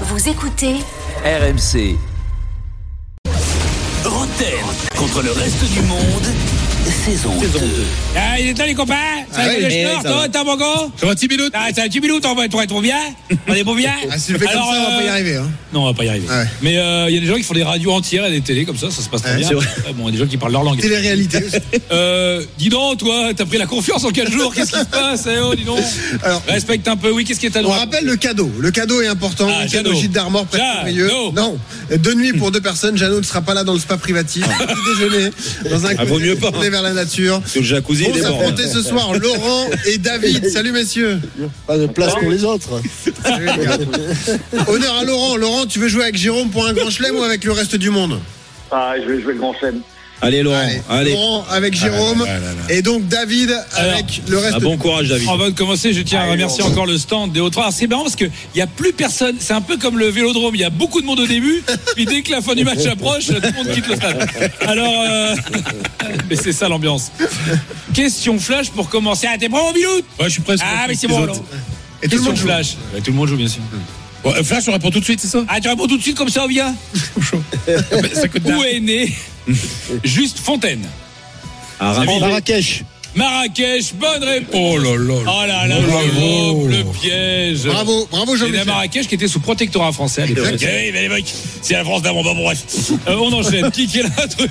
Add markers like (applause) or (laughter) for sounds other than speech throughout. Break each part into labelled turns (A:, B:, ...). A: Vous écoutez
B: RMC.
C: Rotten contre le reste du monde, saison 2.
D: Ah, il est là, les copains Ça
E: Ah
D: va
E: oui,
D: le
E: mais
D: schnorr,
E: ça
D: toi,
E: va.
D: t'as mon gars
E: Ça va, 10 minutes
D: Ah, c'est un petit minute, on va être trop bien On est bon bien
E: ah, Si je fais comme ça, on va pas y
D: euh,
E: arriver. Hein.
D: Non, on va pas y arriver.
E: Ouais.
D: Mais euh, il y a des gens qui font des radios entières et des télés comme ça, ça se passe très
E: Ouais,
D: bien.
E: c'est vrai.
D: Ouais, bon, il y a des gens qui parlent leur langue.
F: (laughs)
E: Télé-réalité. aussi.
D: Euh, dis donc, toi, t'as pris la confiance en 4 jours, qu'est-ce qui se passe Eh, oh, dis donc.
E: Alors-
D: Respecte un peu, oui, qu'est-ce qui est à
E: On
D: droite
E: rappelle le cadeau. Le cadeau est important.
D: Ah,
E: Le cadeau
D: Jeannot.
E: gîte d'Armor près de
D: Jeannot.
E: Courrieux. Non. Deux nuits pour deux personnes. Jeannot ne sera pas là dans le spa privatif. Petit déjeuner. Dans un
F: Ah, vaut mieux pas.
E: On est vers la nature.
F: Parce que le jacuzzi,
E: Vont
F: il est mort.
E: s'affronter ce soir Laurent et David. Salut messieurs.
G: Pas de place pour les autres.
E: Salut, les gars. Honneur à Laurent. Laurent, tu veux jouer avec Jérôme pour un grand chelem ou avec le reste du monde
H: Ah, je vais jouer le grand chelem.
F: Allez, Laurent, allez.
E: Laurent avec Jérôme.
F: Ah, là, là, là, là.
E: Et donc David
D: Alors,
E: avec le reste
F: Ah, bon courage, David.
D: Avant de commencer, je tiens à remercier encore le stand des Hauts-de-France. C'est marrant parce qu'il n'y a plus personne. C'est un peu comme le vélodrome. Il y a beaucoup de monde au début. Puis dès que la fin du match approche, tout le monde quitte le stade. Alors, euh, (laughs) mais c'est ça l'ambiance. Question flash pour commencer. Ah, t'es bon, Bilout
I: Ouais, je suis presque.
D: Ah, mais c'est
I: Les
D: bon.
I: autres.
D: alors.
E: Et tout le
D: Question
E: monde joue.
D: flash. Bah, tout le monde joue, bien sûr.
I: Ouais, euh, Flash, on répond tout de suite, c'est ça
D: Ah, tu réponds tout de suite comme ça, on vient
I: Ça coûte
D: Où est né Juste Fontaine
F: Ah, Ravi.
G: En Marrakech.
D: Marrakech, bonne réponse.
I: Oh là là.
D: Oh là là,
I: Bravo.
D: Jérôme, le piège.
E: Bravo, bravo
D: Et la
E: Jean-Michel.
D: Marrakech qui était sous protectorat français à l'époque.
E: Exact.
D: Eh oui, mais les mecs, c'est la France d'avant, bon, bon, bref. Euh, on enchaîne. Qui, qui est là truc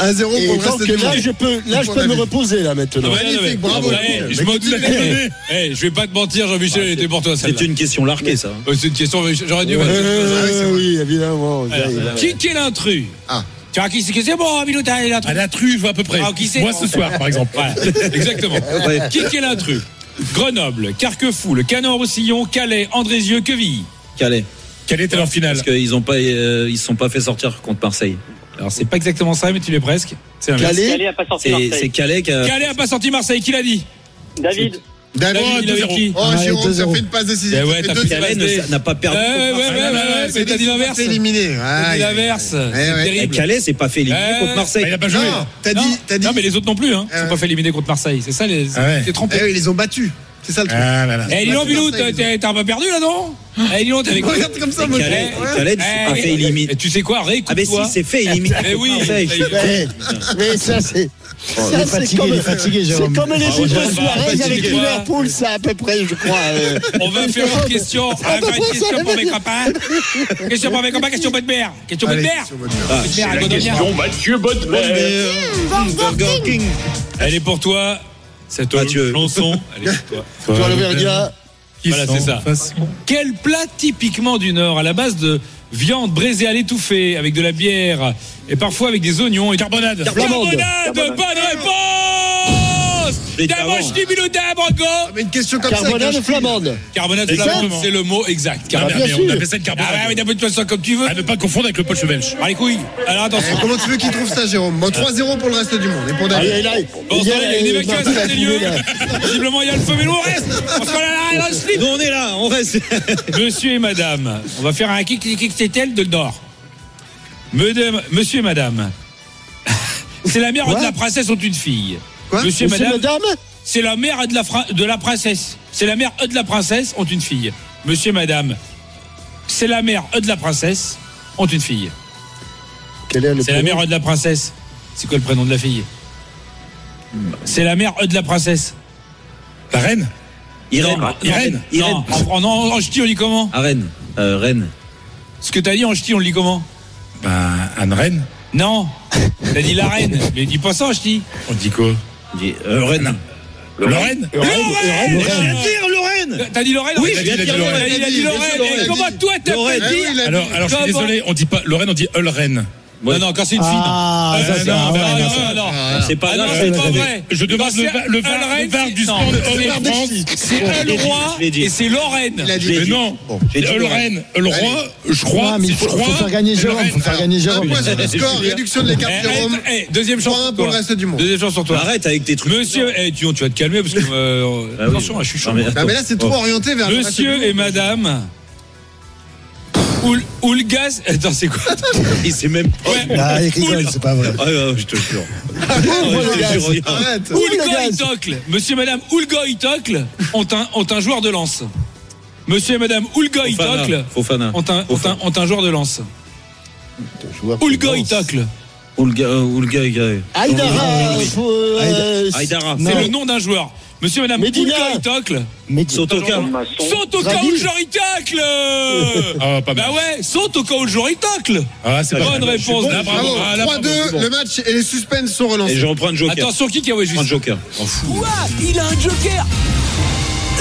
E: 1-0 pour
G: Et
E: le
G: tant
E: reste
G: que
E: du
G: là,
E: monde.
G: je peux, là, je
E: Pour
G: peux me
E: David.
G: reposer,
D: (laughs)
G: là, maintenant.
E: magnifique, bravo.
D: Eh, je
E: Mais
D: m'en doutais. Eh, je vais pas te mentir, Jean-Michel, il était pour toi,
F: C'est
D: celle-là.
F: une question larquée, ça. hein,
D: Euh, C'est une question, j'aurais dû.
G: Euh, oui, évidemment.
D: Alors, Qui, qui est l'intrus
E: Ah.
D: Tu vois, qui c'est qui c'est bon, Milou, t'as
I: À
D: l'intrus
I: la true, je vois à peu près.
D: Ah, qui c'est
I: Moi, ce soir, par exemple.
D: Voilà, exactement.
F: Ouais.
D: Qui, qui est l'intrus Grenoble, Carquefou, le Canon-Roussillon, Calais, Andrézieux, Queville.
F: Calais.
I: Quelle était leur finale
F: Parce qu'ils ont pas, euh, ils se sont pas fait sortir contre Marseille.
D: Alors, c'est pas exactement ça, mais tu l'es presque. C'est un
G: Calais
H: Calais a pas sorti
F: C'est c'est
H: Marseille.
F: Calais qui a.
D: Calais a pas sorti Marseille, qui l'a dit
H: David,
E: David,
D: David, il avait qui
E: Oh,
G: Ah,
E: Jérôme,
G: deux
E: ça
G: zéro.
E: fait une passe décisive.
D: Eh ouais,
E: Ça fait
D: t'as
E: deux
D: pris
E: zéro.
F: Calais ne- n'a pas perdu.
D: Ouais,
C: Euh.
D: ouais,
F: contre
D: ouais,
F: Marseille.
D: Euh, ouais,
E: Ah,
D: ouais, mais t'as dit l'inverse.
E: C'est éliminé.
D: T'as dit l'inverse. C'est
E: ouais.
D: terrible. Euh,
F: Calais, c'est pas fait éliminer
D: Ouais.
F: contre
I: Bah, Il
F: Marseille.
I: a pas joué.
E: Non, t'as
D: non,
E: dit, t'as dit.
D: non, mais les autres non plus, hein. Ils sont
E: Euh.
D: pas fait éliminer contre Marseille. C'est ça, les.
I: Ah ouais.
D: T'es trompé.
E: Eh oui, ils les ont battus. C'est ça le truc.
I: Ah là là.
D: Eh, dis donc, Bilou,
E: Marseille,
D: t'as- t'as t'as pas perdu, là, non Eh, dis donc,
E: (laughs)
D: t'avais quoi
E: Regarde comme ça, moi.
F: Calais,
E: je- Ouais.
F: Calais, c'est pas
D: Eh,
F: fait éliminer.
D: eh, Tu sais quoi,
F: Ah, mais si,
D: réécoute-toi.
F: c'est fait éliminer.
D: Mais oui,
F: contre Marseille.
D: ça y est.
G: Mais, mais ça, c'est.
E: Oh, Il
G: Ça,
E: est
G: c'est
E: fatigué,
G: comme,
E: il est fatigué,
G: c'est
E: Jérôme.
G: comme les
D: Ah,
G: buts
D: ouais,
G: de
D: bah,
G: Suarez
D: fatigué,
G: avec
D: quoi.
G: Liverpool, ça à peu près, je crois. euh.
D: On va faire une question. On va faire une
G: ça,
D: question
G: ça
D: pour
G: veut
D: mes
G: dire-
D: copains. Question pour mes copains, question bonne mère. Question bonne
E: Allez,
D: mère.
E: sur votre mère.
F: Ah,
D: Bonne mère à Godomia.
F: Mmh, Burger King.
D: Elle est pour toi. Cette
F: Mathieu.
D: chanson. Elle est pour toi.
G: Toi, le Verdia,
D: Voilà, c'est ça. Quel plat typiquement du Nord à la base de viande braisée à l'étouffée avec de la bière et parfois avec des oignons et carbonade. Carbonade, bonne réponse.
F: J'ai dit
D: D'abord,
F: avant.
D: je dis Biloutin, Branco.
E: Mais une question comme ça.
G: Carbonade
E: gâche-
G: flamande.
D: Carbonade, c'est
G: Exact.
D: la- c'est le mot exact.
I: Ah,
D: Carbonade.
I: merde,
G: bien
I: mais on
G: sûr.
I: appelle ça une
D: Ah ouais, mais
I: carbonade.
D: d'abord, tu ça comme tu veux.
I: À ne pas confondre avec le poche belge.
D: Ah les couilles. Alors
E: Eh,
D: attention.
E: Comment tu veux qu'il trouve ça, Jérôme Bon, 3-0 pour le reste du monde. Et pour
G: Ah, il y
E: David.
G: a- il y a-
D: Bon,
G: il y a-
D: il y a une
G: euh,
D: évacuation
G: Martin a
D: des
G: trouvé
D: lieux.
G: la-
D: Visiblement, il y a le feu, mais nous, on reste. On se colle à l'arrière dans le slip.
F: Nous, on est là, on reste.
D: Monsieur et madame, on va faire un kick kick kick c'était de Nord. Madame- monsieur et madame, (laughs) c'est la mère
G: Quoi
D: de la princesse ont une fille.
E: Quoi
D: monsieur et
G: Monsieur,
D: madame,
G: madame,
D: c'est la mère de la, fra- de la princesse. C'est la mère eux, de la princesse ont une fille. Monsieur et madame, c'est la mère eux, de la princesse ont une fille.
G: Quel est le
D: C'est la
G: prénom
D: mère eux, de la princesse. C'est quoi le prénom de la fille C'est la mère eux, de la princesse.
I: La reine
F: Irène.
D: Irène.
F: Irène.
D: Non, en, en, en ch'ti, on dit comment
F: À Rennes. Euh, Rennes.
D: Ce que t'as dit en ch'ti, on le dit comment
I: Bah, Anne Reine.
D: Non, t'as dit la reine, mais dis pas ça, je dis.
I: On dit quoi
F: On dit, euh, Rennes.
I: Lorraine
D: Lorraine
F: Lorraine.
D: T'as dit Lorraine
F: Oui,
D: t'as
F: j'ai
D: dit
F: bien dit Lorraine.
D: Lorraine. Il a dit
E: Bien sûr,
D: Lorraine.
E: Lorraine.
D: Et comment toi t'as
F: Lorraine.
D: fait dire
E: Ah oui, la-
I: Alors, alors je suis
D: Comment
I: désolé, on dit pas Lorraine, on dit Lorraine.
D: Non, non, quand c'est une fille.
G: Ah,
D: non.
G: ça,
D: Euh,
G: c'est
D: non,
G: un
D: mais
G: vrai
D: non,
G: nazi.
D: non, non.
F: Ah, C'est pas
D: Ah non,
F: grave.
D: c'est pas
F: Attendez.
D: vrai.
I: Je demande le va- le va-
D: Lorraine,
I: le var
D: c'est-
I: du
D: non,
I: sport de-
D: c'est-
I: de
D: c'est-
I: France.
D: C'est
F: Je l'ai dit,
D: Elroy
F: je l'ai dit.
D: et c'est Lorraine.
E: Il a dit.
F: J'ai
I: Mais
F: dit-
I: non Euh,
F: j'ai dit
I: Lorraine, le roi, je crois,
G: Ah, mais il faut,
I: c'est je
G: faut
I: crois,
G: faire gagner
I: et
G: Jérôme.
I: Lorraine.
G: Faut faire gagner
E: Un
G: Jérôme.
E: point sur le score, réduction de l'écart,
D: Eh,
E: Jérôme.
D: eh, eh, Deuxième chance.
E: Point
D: pour
E: pour le
D: toi.
E: reste du monde.
D: Deuxième chance sur toi.
F: Arrête avec tes trucs.
D: Monsieur, eh, tu, tu vas te calmer parce que. euh,
F: Ah oui.
D: Attention, je suis chaud.
F: Non, mais-
E: Ah, mais là, c'est trop
F: Oh.
E: orienté vers le reste du
D: Monsieur
E: monde.
D: et madame. Oul- Oulgas. (laughs) Attends, c'est quoi
F: Il sait même pas.
D: Ouais.
G: Ah, il rigole, c'est pas vrai.
F: Ah, ouais, je te jure.
G: Pauvre
F: Je te jure,
G: gars.
F: regarde.
E: Arrête.
G: Oulgas.
D: Oulgoy Tocle. Monsieur et madame Oulgoy Tocle ont un, ont un joueur de lance. Monsieur et Madame Oulga Itocle
F: Fofana. Fofana.
D: ont un, ont, un, ont un joueur de lance. Oulga Itocle.
F: Oulga, euh, Oulga, Oulga.
G: Aïdara. faut, euh,
F: Aïdara. Aïdara.
G: non.
D: C'est le nom d'un joueur. Monsieur et Madame
G: Medina.
D: Oulga Itocle.
G: Medina.
F: Sotoka.
H: Masson.
D: Saute au cas où
G: Draguil.
D: le joueur il tacle
I: Ah, pas mal.
D: Bah ouais, saute au cas où le joueur il tacle
I: Ah, c'est pas
D: Bonne
I: mal.
D: réponse.
I: Je suis bon.
D: Ah, bravo.
E: Bravo,
I: Ah, là, bravo,
E: 3-2,
I: c'est bon.
E: le match et les suspens sont
F: Et
E: relancés.
F: je reprends le joker.
D: Attention, qui qui a ouais,
F: Je reprends le
D: juste Oh,
F: joker. M'en fous.
C: Quoi Il a un joker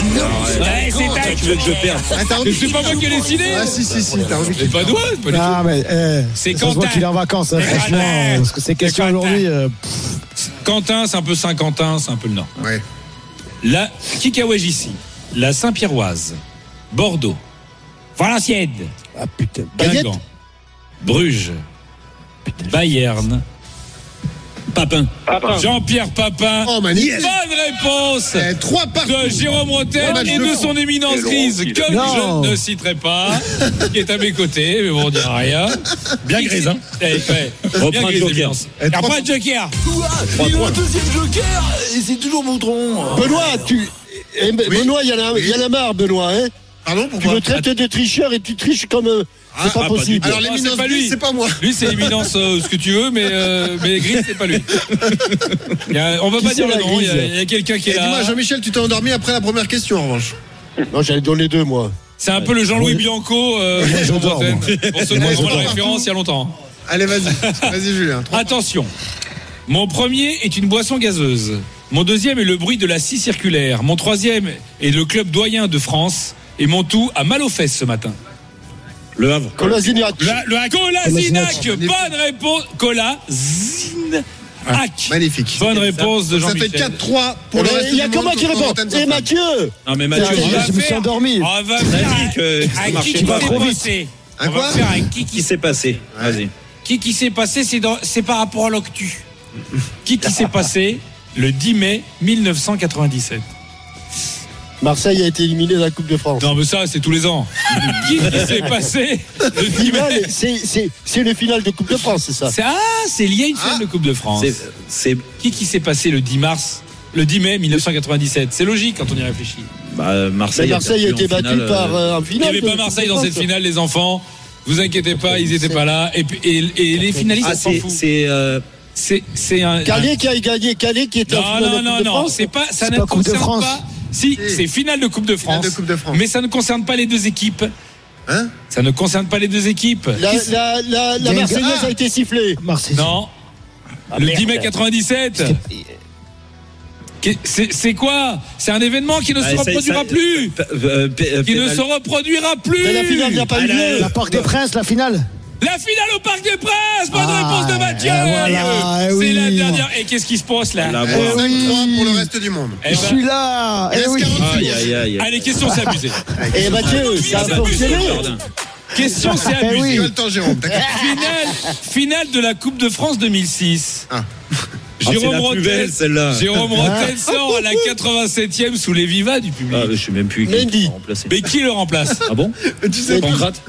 C: Non,
D: Ouais, c'est
C: raconte.
D: un
F: Tu veux que je perde
E: Ah, t'as
D: Mais
E: remis-
D: c'est pas moi qui ai décidé
E: Ah si, si, si, t'as remis.
D: C'est pas toi pas du tout.
G: Ah, mais, eh,
D: C'est
G: ça se voit
D: Quentin.
G: qu'il est en vacances, hein,
D: C'est
G: franchement.
D: Quentin.
G: euh, Parce que ces questions
D: Quentin.
G: aujourd'hui. euh, pff,
D: Quentin, c'est un peu Saint-Quentin, c'est un peu le Nord.
E: Ouais.
D: La Kikawaj ici, la Saint-Pierroise, Bordeaux, Valenciennes,
G: Ah putain. Baguette
D: Guingamp, Bruges, Bayern, Papin.
H: Papin.
D: Jean-Pierre Papin.
E: Oh, magnifique.
D: Bonne réponse
E: Eh, Trois partout.
D: de Jérôme Rotten
E: Oh, bah,
D: et
E: je
D: de
E: le
D: son éminence grise que
G: Non.
D: je ne citerai pas, qui est à mes côtés, mais bon, on dira rien.
I: Bien grise, hein.
D: Eh, ouais. Bien
F: Reprends
D: grise,
F: le joker.
D: éminence.
E: Eh, trois-
D: Après Joker.
C: Quoi Il a un deuxième joker et c'est toujours Boutron.
G: Benoît, tu. eh, ben, Benoît, il y, en a- il y en a marre, Benoît. Hein
E: Pardon,
G: tu
E: pourquoi
G: me traites de tricheur et tu triches comme. euh, C'est
F: ah,
G: pas
F: pas
G: possible.
E: Alors
D: Non, c'est
E: l'éminence
D: pas lui.
E: grise, c'est pas moi.
D: Lui, c'est éminence, euh, ce que tu veux, mais, euh, mais grise, c'est pas lui. Il y a- on va
G: Qui
D: pas dire
G: c'est
D: le
G: la
D: nom, il y a,
G: Grise
D: il y a quelqu'un qui
E: Et
D: est là.
E: Eh, dis-moi, Jean-Michel, tu t'es endormi après la première question en revanche.
G: Non, j'allais donner deux, moi.
D: C'est un peu le Jean-Louis Bianco, euh,
G: Moi,
D: Jérôme
G: j'adore,
D: Rotten.
G: moi.
D: pour ceux qui
G: Moi,
D: ont la
G: j'adore.
D: référence il y a longtemps.
E: Allez, vas-y. Vas-y, Julien. Trois-
D: Attention. Mon premier est une boisson gazeuse. Mon deuxième est le bruit de la scie circulaire. Mon troisième est le club doyen de France. Et mon tout a mal aux fesses ce matin.
F: Le Havre.
G: Colasinac.
D: La, le Colasinac, bonne réponse. Colasinac.
E: Magnifique.
D: Bonne réponse de
E: Ça fait
D: Jean-Michel.
E: 4-3 pour le
G: Eh,
E: reste.
G: Il y a
E: du
G: que
E: monde,
G: moi qui
E: contre
G: réponds.
E: Rotten
G: Et
E: Saint-Paul.
G: Mathieu
F: Non mais Mathieu,
G: Tiens,
D: on va
G: je me suis
D: faire-
G: endormi.
D: On va
F: Vas-y,
D: faire
F: que- que ça
D: un, un
F: marchait
D: qui qui
F: pas.
D: s'est
F: Trop
D: passé.
E: Un
D: On va
E: quoi
D: faire un qui
F: qui
D: qui
F: s'est passé Vas-y.
D: Qui qui s'est passé, c'est, dans- c'est par rapport à l'Octu. Qui qui s'est passé le 10 mai 1997.
G: Marseille a été éliminé de la Coupe de (laughs) France.
D: Non mais ça, c'est tous les ans. qui qui s'est passé le 10
G: Dis-moi,
D: mai
G: mais c'est- C'est c'est le final de Coupe de France, c'est ça
D: C'est- Ah, c'est lié à une finale de Coupe de France.
F: C'est- C'est
D: Qui qui s'est passé le 10 mars le 10 mai 1997, c'est logique quand on y réfléchit.
G: Mais
F: bah, Marseille.
G: Marseille a
F: perdu
G: été
F: en
G: battu
F: finale,
G: par
F: euh,
G: euh, un
D: Il n'y
G: final.
D: avait
G: de
D: pas
G: Coupe
D: Marseille
G: de
D: dans
G: France.
D: cette finale, les enfants. Vous inquiétez pas, ils n'étaient pas là. Et, puis- et- et les finalistes,
F: Ah
D: on s'en
F: c'est
D: fout.
F: c'est euh,
D: C'est c'est un.
G: Calais qui a gagné, Calais qui était en
D: Non,
G: finale de
D: non,
G: Coupe
D: non,
G: de
D: non,
G: France.
D: c'est pas, ça
G: C'est
D: ne
G: pas Coupe de
D: concerne
G: France.
D: pas. Si, c'est finale de Coupe de France.
E: de Coupe de France.
D: Mais ça ne concerne pas les deux équipes.
E: Hein
D: Ça ne concerne pas les deux équipes.
G: La, la, la, la
A: Gang-
G: Marseillaise a été sifflée.
A: Marseille.
D: Non.
F: Ah,
D: le 10 mai 97. Qu'est- C'est c'est quoi C'est un événement qui ne
F: ah,
D: se
F: ça-
D: reproduira
F: ça-
D: plus.
F: p- euh, p- euh,
D: Qui ne
F: pénal-
D: se reproduira plus.
G: Mais Bah, la finale n'a pas
D: Ah,
G: eu lieu.
A: La Porte des Princes, la finale
D: La finale au Parc des Princes. Bonne
A: Ah,
D: réponse de Mathieu.
A: eh voilà, eh
D: C'est
A: oui.
D: la dernière. Et qu'est-ce qui se passe là
F: La
E: Eh,
F: voir.
E: 5-3 pour le reste du monde.
D: Eh
A: Je
D: ben,
A: suis là
E: Il
A: Eh
E: reste
A: oui.
E: 40 secondes.
F: Aïe aïe aïe.
D: Ah,
F: Ah,
D: Allez, question, c'est
G: (laughs)
D: abusé.
G: Et Mathieu, Eh ben, ça a
D: c'est
G: fonctionné.
D: abusé.
F: Jardin.
D: Question, c'est
A: Eh
D: abusé.
E: Tu as le temps, Jérôme. t'inquiète.
D: Finale, finale de la Coupe de France 2006.
E: Ah.
F: Ah,
D: (laughs)
F: c'est
D: Jérôme
F: la plus
D: Rotel,
F: belle celle-là.
D: Jérôme Rotel sort à la 87e sous les vivas du public.
F: Ah, mais je sais même plus qui
G: Mendy.
F: l'a remplacé.
D: Mais qui le remplace
F: Ah bon
E: Tu sais,
F: Pancrate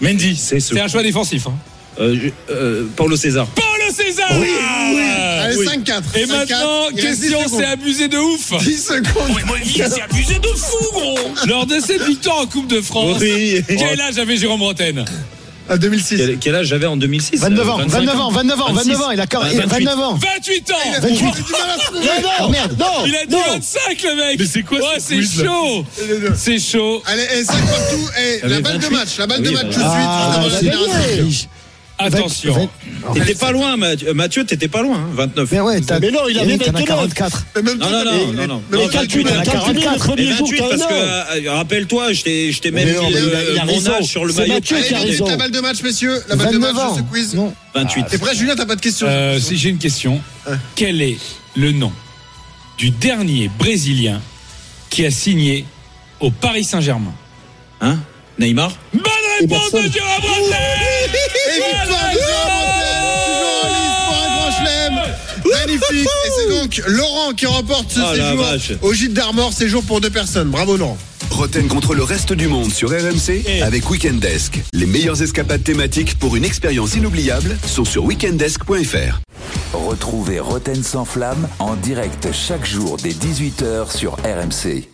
I: Mendy.
F: C'est ce.
D: C'est un choix défensif. Hein.
F: Euh, je- euh, Paulo César.
D: Paulo César
E: allez,
F: oui.
E: 5-4.
D: Ah, Et
E: 5-4,
D: maintenant,
E: il reste 10
D: question,
E: secondes.
D: c'est abusé de ouf
E: 10 secondes.
C: Ouais, moi, il s'est abusé de fou, gros
D: Lors de cette victoire en Coupe de France,
F: Oui.
D: quel âge avait Jérôme Roten
E: À 2006.
F: Quel, quel âge j'avais en 2006
A: 29 ans,
F: Euh, Ah, 25
A: 29 ans, 29 ans, 29 ans, il a quar- il a 29 ans.
D: 28 ans
E: Il a du mal à trouver.
G: Non, non,
A: Oh, merde.
G: non,
D: Il a dit
G: non.
D: 25 le mec
I: Mais c'est quoi
D: Ouais,
I: ce
D: c'est
I: quiz, là
D: chaud
E: Les deux.
D: C'est chaud
E: Allez, eh, 5 partout. Eh,
F: Ah,
E: la
F: mais
E: balle de
F: 28.
E: match. La balle
F: Ah,
E: de
F: oui,
E: match tout de
F: bah,
E: suite.
A: Ah,
E: avant la
A: bah,
E: génération.
A: oui.
D: Attention
F: T'étais pas loin, Mathieu, Mathieu, t'étais pas loin, hein, 29.
A: Mais ouais, t'as-
G: Mais non, il avait
A: Eh oui, t'en as
G: 29.
A: 44.
E: Mais même
F: Non,
E: toi, t'as-
F: non, non,
E: mais-
F: non,
E: mais
F: non.
E: calcule,
G: Calculé,
A: t'en as
G: calculé le
A: 44.
F: Et
G: premier jour
F: 28 parce que,
G: que
F: euh, rappelle-toi, je t'ai, je t'ai même
G: Mais non,
F: mis
D: euh,
G: mais
F: le-
G: il a- il a
F: mon
G: raison.
F: âge sur le
G: C'est
F: maillot.
G: Mathieu
E: Allez,
G: qui a
E: vite,
G: raison.
E: la balle de match, messieurs. La balle de
A: 29
E: match
A: ans.
E: de ce quiz.
A: Non.
F: 28.
E: T'es prêt, Julien T'as pas de questions
D: Euh, si j'ai une question, quel est le nom du dernier Brésilien qui a signé au Paris Saint-Germain
A: Ah,
F: Hein Neymar
D: Bonne réponse
G: personne.
D: de Jérôme Rotel
E: Et victoire de Jérôme Rotel, toujours en lice pour un grand chelem. Magnifique Et c'est donc Laurent qui remporte ce
F: Oh la
E: séjour
F: vache.
E: au gîte d'Armor, séjour pour deux personnes. Bravo Laurent
B: Roten contre le reste du monde sur RMC avec Weekend Desk. Les meilleures escapades thématiques pour une expérience inoubliable sont sur weekendesk.fr.
C: Retrouvez Roten sans flamme en direct chaque jour dès 18h sur RMC.